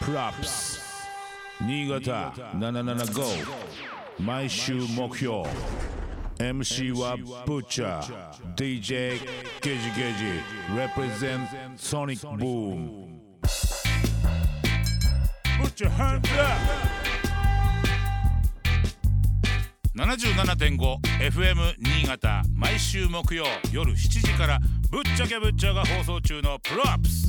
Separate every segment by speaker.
Speaker 1: プラップス新潟775毎週目標 MC はブッチャー DJ ゲジゲジ represent ソニックブーム Put your hands up!
Speaker 2: 77.5FM 新潟毎週木曜夜7時からぶっちゃけぶっちゃが放送中のプロアップス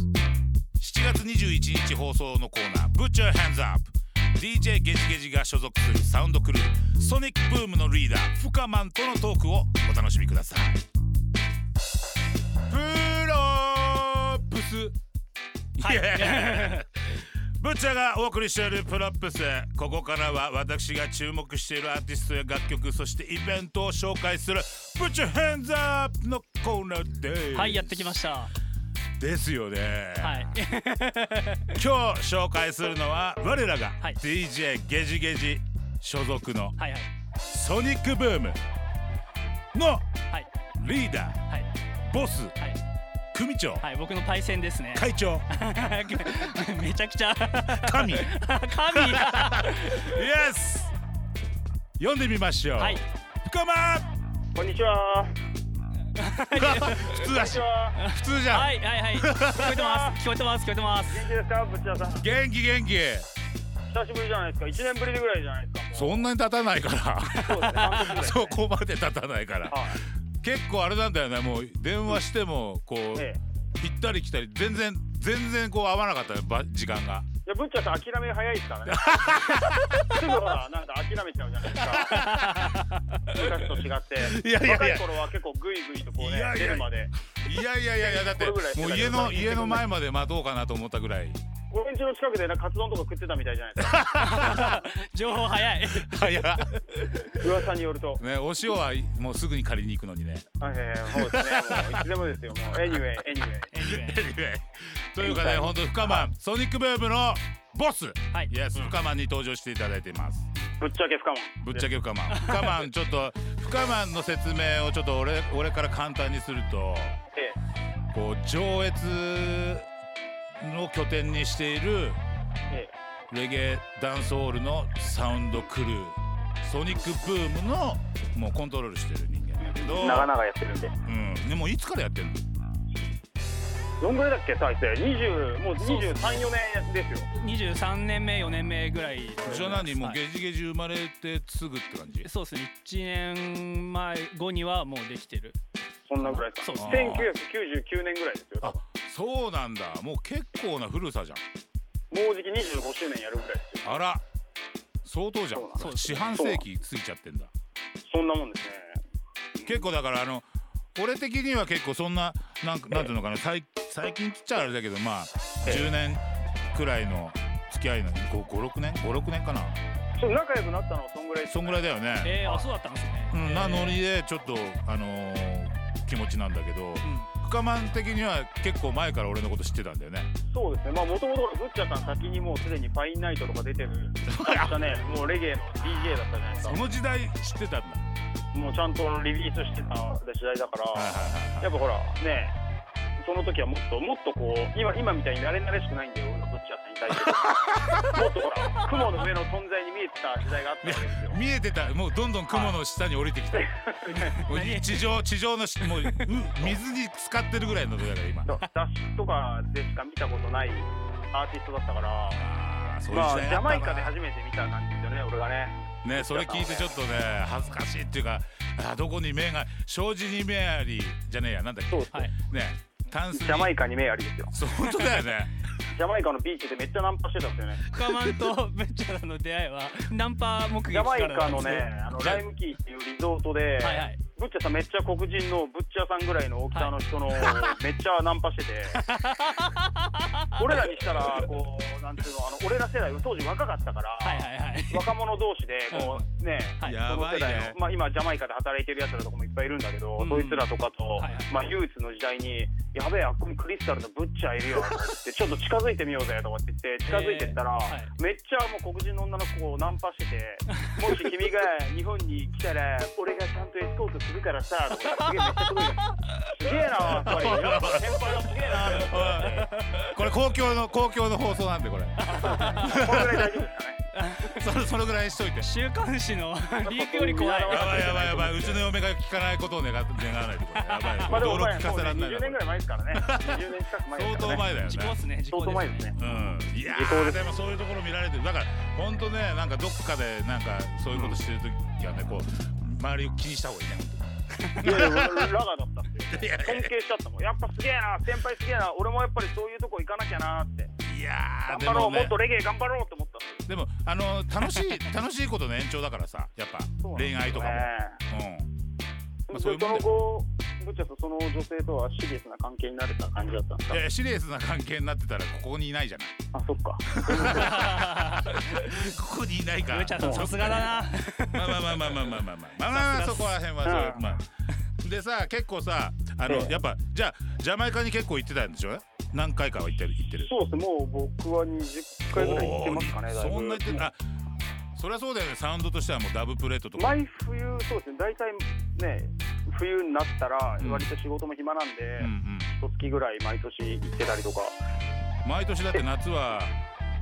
Speaker 2: 7月21日放送のコーナー「ブッチャーハンズアップ DJ ゲジゲジが所属するサウンドクルーソニックブームのリーダーフカマンとのトークをお楽しみくださいプロアップスはい ブッチャーがお送りしているプロップスここからは私が注目しているアーティストや楽曲そしてイベントを紹介する「ブッチャーハンズアップのコーナーです
Speaker 3: はいやってきました
Speaker 2: ですよね、
Speaker 3: はい
Speaker 2: 今日紹介するのは我らが
Speaker 3: はい
Speaker 2: DJ ゲジゲジ所属の
Speaker 3: はいはい
Speaker 2: ソニックブームの
Speaker 3: はい
Speaker 2: リーダー
Speaker 3: はい
Speaker 2: ボス
Speaker 3: はい
Speaker 2: 組長
Speaker 3: はい僕のパイセンですね
Speaker 2: 会長
Speaker 3: めちゃくちゃ
Speaker 2: 神イ
Speaker 3: 神だ
Speaker 2: エス読んでみましょう、
Speaker 3: はい
Speaker 2: 深間
Speaker 4: こんにちは。
Speaker 2: 普通だし
Speaker 4: は。
Speaker 2: 普通じゃん、
Speaker 3: はいはいはい聞こえてます聞こえてます聞こえてます
Speaker 4: 元気ですか、ぶっちゃさ
Speaker 2: 元
Speaker 4: ん。
Speaker 2: 気元気
Speaker 4: 久しぶりじゃないですか。一年ぶりぐらいじゃないです
Speaker 2: そんなに経たないか
Speaker 4: か。そうですね。半年ぐらい
Speaker 2: ら
Speaker 4: ね
Speaker 2: そこまで経たないから
Speaker 4: はい。
Speaker 2: 結構あれなんだよねもう電話してもこう、
Speaker 4: ええ。
Speaker 2: 行ったり来たり全然全然こう合わなかったねば時間が
Speaker 4: いや、ぶっちゃさん、諦め早いですからね。すぐほら、なんか諦めちゃうじゃないですか。昔と違って。
Speaker 2: いやいやいや
Speaker 4: 若い頃は結構グイグイとこうね、
Speaker 2: いやいや
Speaker 4: 出るまで。
Speaker 2: いやいやいやいやだって
Speaker 4: これぐらい
Speaker 2: もう家の家の前まで待とうかなと思ったぐらい
Speaker 4: 俺ん家の近くで、なんかカツ丼とか食ってたみたいじゃないですか。
Speaker 3: 情報早い
Speaker 2: 早っ
Speaker 4: 噂によると。
Speaker 2: ねお塩はもうすぐに借りに行くのに ね
Speaker 4: はいはいはい、そうですね。もういつでもですよ。もう、anyway、anyway。
Speaker 2: というかね本当深マンソニックブームのボス
Speaker 3: はい
Speaker 2: イエス深マンに登場していただいています
Speaker 4: ぶっちゃけ不可も
Speaker 2: ぶっちゃけ深マン 深マンちょっと深マンの説明をちょっと俺俺から簡単にすると
Speaker 4: え
Speaker 2: こう上越の拠点にしている
Speaker 4: え。ええ。
Speaker 2: レゲエダンスホールのサウンドクルーソニックブームのもうコントロールしてる人間だけど
Speaker 4: 長々やってるんで。
Speaker 2: うんでもいつからやってるの
Speaker 4: どんぐらいだっけ、再生。二十、もう二十三、四年ですよ。
Speaker 3: 23年目4年目ぐらい
Speaker 2: じゃあ何もう
Speaker 3: はい
Speaker 2: ゲジゲジ生まれてすぐって感じ
Speaker 3: そうですね1年前後にはもうできてる
Speaker 4: そんなぐらいです
Speaker 3: そうです
Speaker 2: ね
Speaker 4: 1999年ぐらいですよ。多
Speaker 2: あ
Speaker 4: 分
Speaker 2: そうなんだもう結構な古さじゃ
Speaker 4: もうじき25周年やるぐらいですよ。
Speaker 2: んあら相当じゃん
Speaker 4: そう
Speaker 3: なんです
Speaker 2: 四半世紀過ぎちゃってんだ
Speaker 4: そんなもんですね。
Speaker 2: 結構だからあの俺的には結構そんななんかなんていうのかな最最近っつっちゃあれだけどまあ
Speaker 4: ええ
Speaker 2: 10年くらいの付き合いの56年56年かな
Speaker 4: そう仲良くなったのはそんぐらいです
Speaker 2: そ
Speaker 4: ね、
Speaker 2: んぐらいだよね、
Speaker 3: えー、あそうだったんですね、
Speaker 2: うん、なノ
Speaker 3: に
Speaker 2: リでちょっとあのー気持ちなんだけど深マン的には結構前から俺のこと知ってたんだよね
Speaker 4: そうですね。まあ元々はブッチャーさん先にもうすでにファインナイトとか出てる。あったね。もうレゲエの DJ だったじゃないです
Speaker 2: その時代知ってたんだ
Speaker 4: か。もうちゃんとリリースしてた時代だから。
Speaker 2: はいはいはいはい
Speaker 4: やっぱほらね。その時はもっともっとこう今今みたいに慣れ慣れしくないんだよ俺のブッチャー さんに対してもっとほら雲の上の存在に見えてた時代があったわけですよ
Speaker 2: 見えてたもうどんどん雲の下に降りてき た、もう地上地上のしもうう水に浸かってるぐらいの時だから今
Speaker 4: 雑誌とかでしか見たことないアーティストだったから、
Speaker 2: あーそういう
Speaker 4: ま
Speaker 2: 時代
Speaker 4: あ、ジ
Speaker 2: あ
Speaker 4: ャ
Speaker 2: った
Speaker 4: マ
Speaker 2: な
Speaker 4: イカで初めて見たなんですよね、俺がね。
Speaker 2: ねそれ聞いてちょっとね恥ずかしいっていうかあーどこに目が障子に目ありじゃねえやなんだっけ
Speaker 4: そう
Speaker 2: ね
Speaker 4: です
Speaker 3: はい
Speaker 2: タンス
Speaker 4: ジ
Speaker 2: に
Speaker 4: ャマイカに目ありですよ。
Speaker 2: そう本当だよね
Speaker 4: ジャマイカのビーチでめっちゃナンパしてたんですよね。
Speaker 3: カマンとベッチャーの出会いはナンパ目撃
Speaker 4: ジャマ
Speaker 3: か
Speaker 4: イ
Speaker 3: ら
Speaker 4: カ
Speaker 3: なんで
Speaker 4: の
Speaker 3: すね
Speaker 4: ね、あのライムキーっていうリゾートで、
Speaker 3: はいはい
Speaker 4: ブッチャさんめっちゃ黒人のブッチャーさんぐらいの大きさの人の、めっちゃナンパして て、俺らにしたら、こう、なんていうの、あの俺ら世代、当時若かったから、
Speaker 3: はいはいはい
Speaker 4: 若者同士でこうね、
Speaker 3: はい
Speaker 2: やばいね
Speaker 4: その世代のまあ、今ジャマイカで働いてるやつらとかもいっぱいいるんだけど、
Speaker 3: うん
Speaker 4: そいつらとかと、
Speaker 3: はい
Speaker 4: まあ、唯一の時代に「やべえあっこにクリスタルのブッチャーいるよ」って言って「ちょっと近づいてみようぜ」とかって言って近づいてったら、
Speaker 3: えーはい
Speaker 4: めっちゃもう黒人の女の子をナンパしてて「もし君が日本に来たら俺がちゃんとエスコートするからさ」とかすげえめっちゃすごいすげえなやっぱりやっぱ先輩はすげえな
Speaker 2: おいこれ公共の公共の放送なんでこれ
Speaker 4: このぐらい大丈夫ですかね
Speaker 2: それそのぐらいにしといて
Speaker 3: 週刊誌のリークより怖い
Speaker 2: やばいやばいやばいうちの嫁が聞かないことを願って願わないでこれやばい
Speaker 4: まあでも
Speaker 2: 驚
Speaker 4: 前
Speaker 2: 聞
Speaker 4: も
Speaker 2: か
Speaker 4: う
Speaker 2: せられな
Speaker 4: ね
Speaker 2: いな
Speaker 4: 20年ぐらい前ですからね20年近く前です
Speaker 2: 相
Speaker 4: から
Speaker 2: 当
Speaker 4: ね
Speaker 2: 前だよ
Speaker 3: 事故
Speaker 2: ね
Speaker 3: っすね事故
Speaker 4: 相当前
Speaker 3: で
Speaker 4: ですす
Speaker 3: ね
Speaker 4: ね
Speaker 2: うん、いや
Speaker 4: 時効
Speaker 2: ー
Speaker 4: です
Speaker 2: でもそういうところ見られてるだから本当ねなんかどっかでなんかそういうことしてる時はねこう周りを気にした方がいいね
Speaker 4: いやいやラガーだったんで
Speaker 2: 本当にいや
Speaker 4: 尊敬しちゃったもんやっぱすげえな先輩すげえな俺もやっぱりそういうとこ行かなきゃなーって
Speaker 2: いやー
Speaker 4: 頑
Speaker 2: で
Speaker 4: 張ろう
Speaker 2: も
Speaker 4: もっ
Speaker 2: ね
Speaker 4: とレゲエ頑張ろうって思ったんです
Speaker 2: でもあの楽しい楽しいことの延長だからさやっぱ
Speaker 4: そうなんです
Speaker 2: 恋愛とかも、うんまあそ
Speaker 4: で
Speaker 2: う
Speaker 4: そ
Speaker 2: いうもんだよ
Speaker 4: の後ブッチャとその女性とはシリアスな関係になれた感じだったんですか
Speaker 2: いやシリアスな関係になってたらここにいないじゃない
Speaker 4: あそっか
Speaker 2: ここにいないから
Speaker 3: ブチャさんさすがだな
Speaker 2: まあまあまあまあまあまあまあまあまあまあまあそこら辺はそう
Speaker 4: う
Speaker 2: まあでさ結構さあの
Speaker 4: ええ
Speaker 2: やっぱじゃあジャマイカに結構行ってたんでしょ何回かは行ってる行ってる
Speaker 4: そうですもう僕は20回ぐらい行ってますかね
Speaker 2: おー
Speaker 4: だいぶ
Speaker 2: そんな行ってあそりゃそうだよねサウンドとしてはもうダブプレートとか
Speaker 4: 毎冬そうですね大体ね冬になったら
Speaker 2: うん
Speaker 4: 割と仕事も暇なんで、
Speaker 2: うんうん
Speaker 4: 一月ぐらい毎年行ってたりとか
Speaker 2: 毎年だって夏は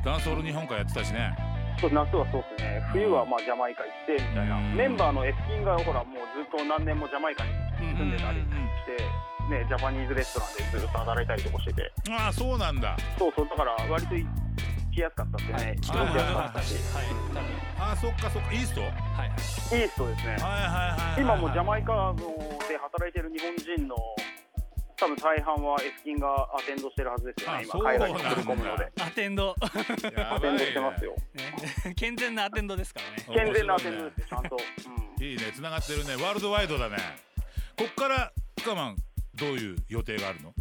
Speaker 2: ダンスホール日本海やってたしね
Speaker 4: そう夏はそうですね冬はまあジャマイカ行ってみたい
Speaker 2: う
Speaker 4: な、
Speaker 2: ん
Speaker 4: メンバーの S キンがほらもうずっと何年もジャマイカに住んでたり
Speaker 2: うん
Speaker 4: し
Speaker 2: うん
Speaker 4: て、ね、ジャパニーズレストランでずっと働いたりとかしてて
Speaker 2: ああそうなんだ
Speaker 4: そうそうだから割と行きやすかったですね、
Speaker 3: 聞
Speaker 4: 行
Speaker 3: こえ
Speaker 4: き
Speaker 3: て
Speaker 4: や
Speaker 3: な
Speaker 4: す
Speaker 3: か
Speaker 4: かっ
Speaker 3: ったた
Speaker 4: し
Speaker 3: しはい多分
Speaker 2: ああそっかそっかイーストはい
Speaker 3: はい
Speaker 4: イーストですね
Speaker 2: はいはいはい
Speaker 4: 今もジャ
Speaker 2: マ
Speaker 4: マイカので働いてる日本人の多分大半は S キンがアテンドしてるはずですよね
Speaker 2: あ
Speaker 4: 今海外に
Speaker 2: そうなんだ
Speaker 4: 飛び込むので
Speaker 3: アテンド、
Speaker 2: や
Speaker 4: アテンドしてますよ
Speaker 3: ね、健全なアテンドですからね
Speaker 4: 健全なアテンドですよちゃんと、うん
Speaker 2: いいね繋がってるねワールドワイドだねこっからカマンどういう予定があるの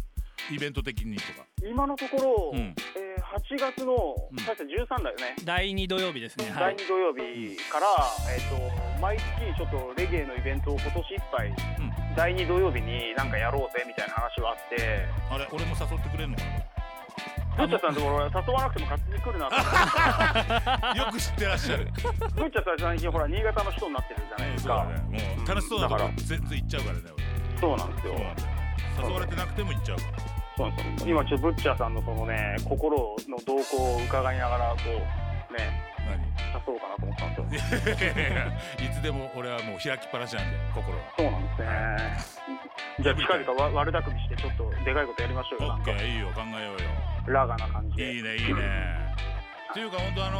Speaker 2: イベント的にとか
Speaker 4: 今のところ、
Speaker 2: うん
Speaker 4: えー8月の
Speaker 2: うん
Speaker 4: 確か13だよね、
Speaker 3: 第二土曜日ですねは
Speaker 4: 第
Speaker 3: い
Speaker 4: 2土曜日から、えー、と毎月ちょっとレゲエのイベントを今年いっぱい、
Speaker 2: ん
Speaker 4: 第2土曜日になんかやろうぜみたいな話はあって
Speaker 2: あれ俺も誘ってくれるのか
Speaker 4: ブッチャさんのところ誘わなくても勝手に来 るなと思って
Speaker 2: なよく知ってらっしゃる
Speaker 4: ブッチャさん最近ほら新潟の人になってるじゃないです
Speaker 2: そうだ
Speaker 4: か、
Speaker 2: ねもう楽しそうなとこ
Speaker 4: うんだか
Speaker 2: 全然行っちゃうからね
Speaker 4: そうなんです
Speaker 2: 俺
Speaker 4: よ
Speaker 2: そうなんだよ
Speaker 4: そう
Speaker 2: 誘われてなくても行っちゃうから
Speaker 4: そうなんですよ今ちょっとブッチャーさんのそのね心の動向を伺いながらこうね
Speaker 2: 何
Speaker 4: 誘おうかなと思ったんです よ
Speaker 2: いつでも俺はもう開きっぱなしなんで心は
Speaker 4: そうなんですねじゃあ近々わ悪巧みしてちょっとでかいことやりましょうよ
Speaker 2: オ
Speaker 4: なん
Speaker 2: ッケ
Speaker 4: か
Speaker 2: ーいいよ考えようよ
Speaker 4: ラガな感じで
Speaker 2: いいねいいね。っていうか本当あの、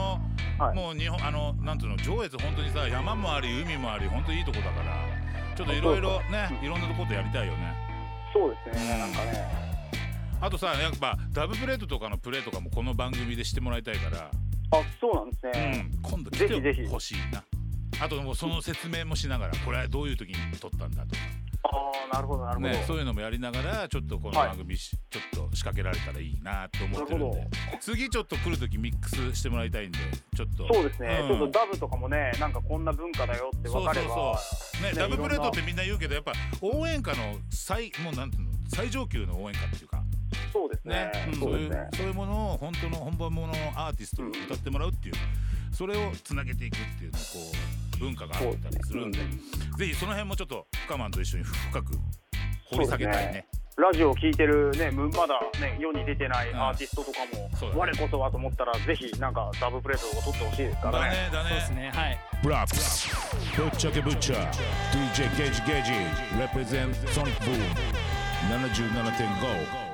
Speaker 4: はい
Speaker 2: もう日本あのなんていうの上越本当にさ山もあり海もあり本当いいとこだからちょっといろいろねいろんなことやりたいよね。
Speaker 4: そうですねなんかね
Speaker 2: あとさやっぱダブプレートとかのプレーとかもこの番組でしてもらいたいから、
Speaker 4: あそうなんです
Speaker 2: う
Speaker 4: ね、
Speaker 2: ん、今度来
Speaker 4: ぜひぜ
Speaker 2: て
Speaker 4: ひ
Speaker 2: ほしいな。あともうその説明もしながらこれはどういう時に撮ったんだとか、
Speaker 4: ああなるほどなるほど、
Speaker 2: ね、そういうのもやりながらちょっとこの
Speaker 4: はい
Speaker 2: 番組し、ちょっと仕掛けられたらいいなと思ってるん
Speaker 4: な
Speaker 2: で
Speaker 4: る
Speaker 2: 次ちょっと来る時ミックスしてもらいたいんでちょっと
Speaker 4: そうですね、
Speaker 2: うん
Speaker 4: ちょっとダブとかもねなんかこんな文化だよって分かれば
Speaker 2: うね
Speaker 4: ね
Speaker 2: ダブ
Speaker 4: い
Speaker 2: プ
Speaker 4: ろんな
Speaker 2: レートってみんな言うけどやっぱ応援歌の最もうなんていうの最上級の応援歌っていうか
Speaker 4: そうですね
Speaker 2: ねうん
Speaker 4: そ
Speaker 2: そう
Speaker 4: う
Speaker 2: い
Speaker 4: ですね
Speaker 2: うそういうものを本当の本場もののアーティストに歌ってもらうっていうそれをつなげていくっていうねこう文化があ
Speaker 4: そう
Speaker 2: ったり
Speaker 4: ですすね
Speaker 2: る
Speaker 4: うんん
Speaker 2: でぜひその辺もちょっと深マンと一緒に深く掘り下げたいね
Speaker 4: ラジオを聴いてるねむまだね世に出てないアーティストとかも、
Speaker 2: そうだね
Speaker 4: 我こそはと思ったらぜひなんかダブプレートを取ってほしいですから
Speaker 2: だ
Speaker 4: ね
Speaker 2: ねだ
Speaker 3: そうです
Speaker 2: ね
Speaker 3: ねはい
Speaker 1: ブラックスぶっちゃけぶっちゃ DJ ゲージゲージ represent Sonic Boom 77.5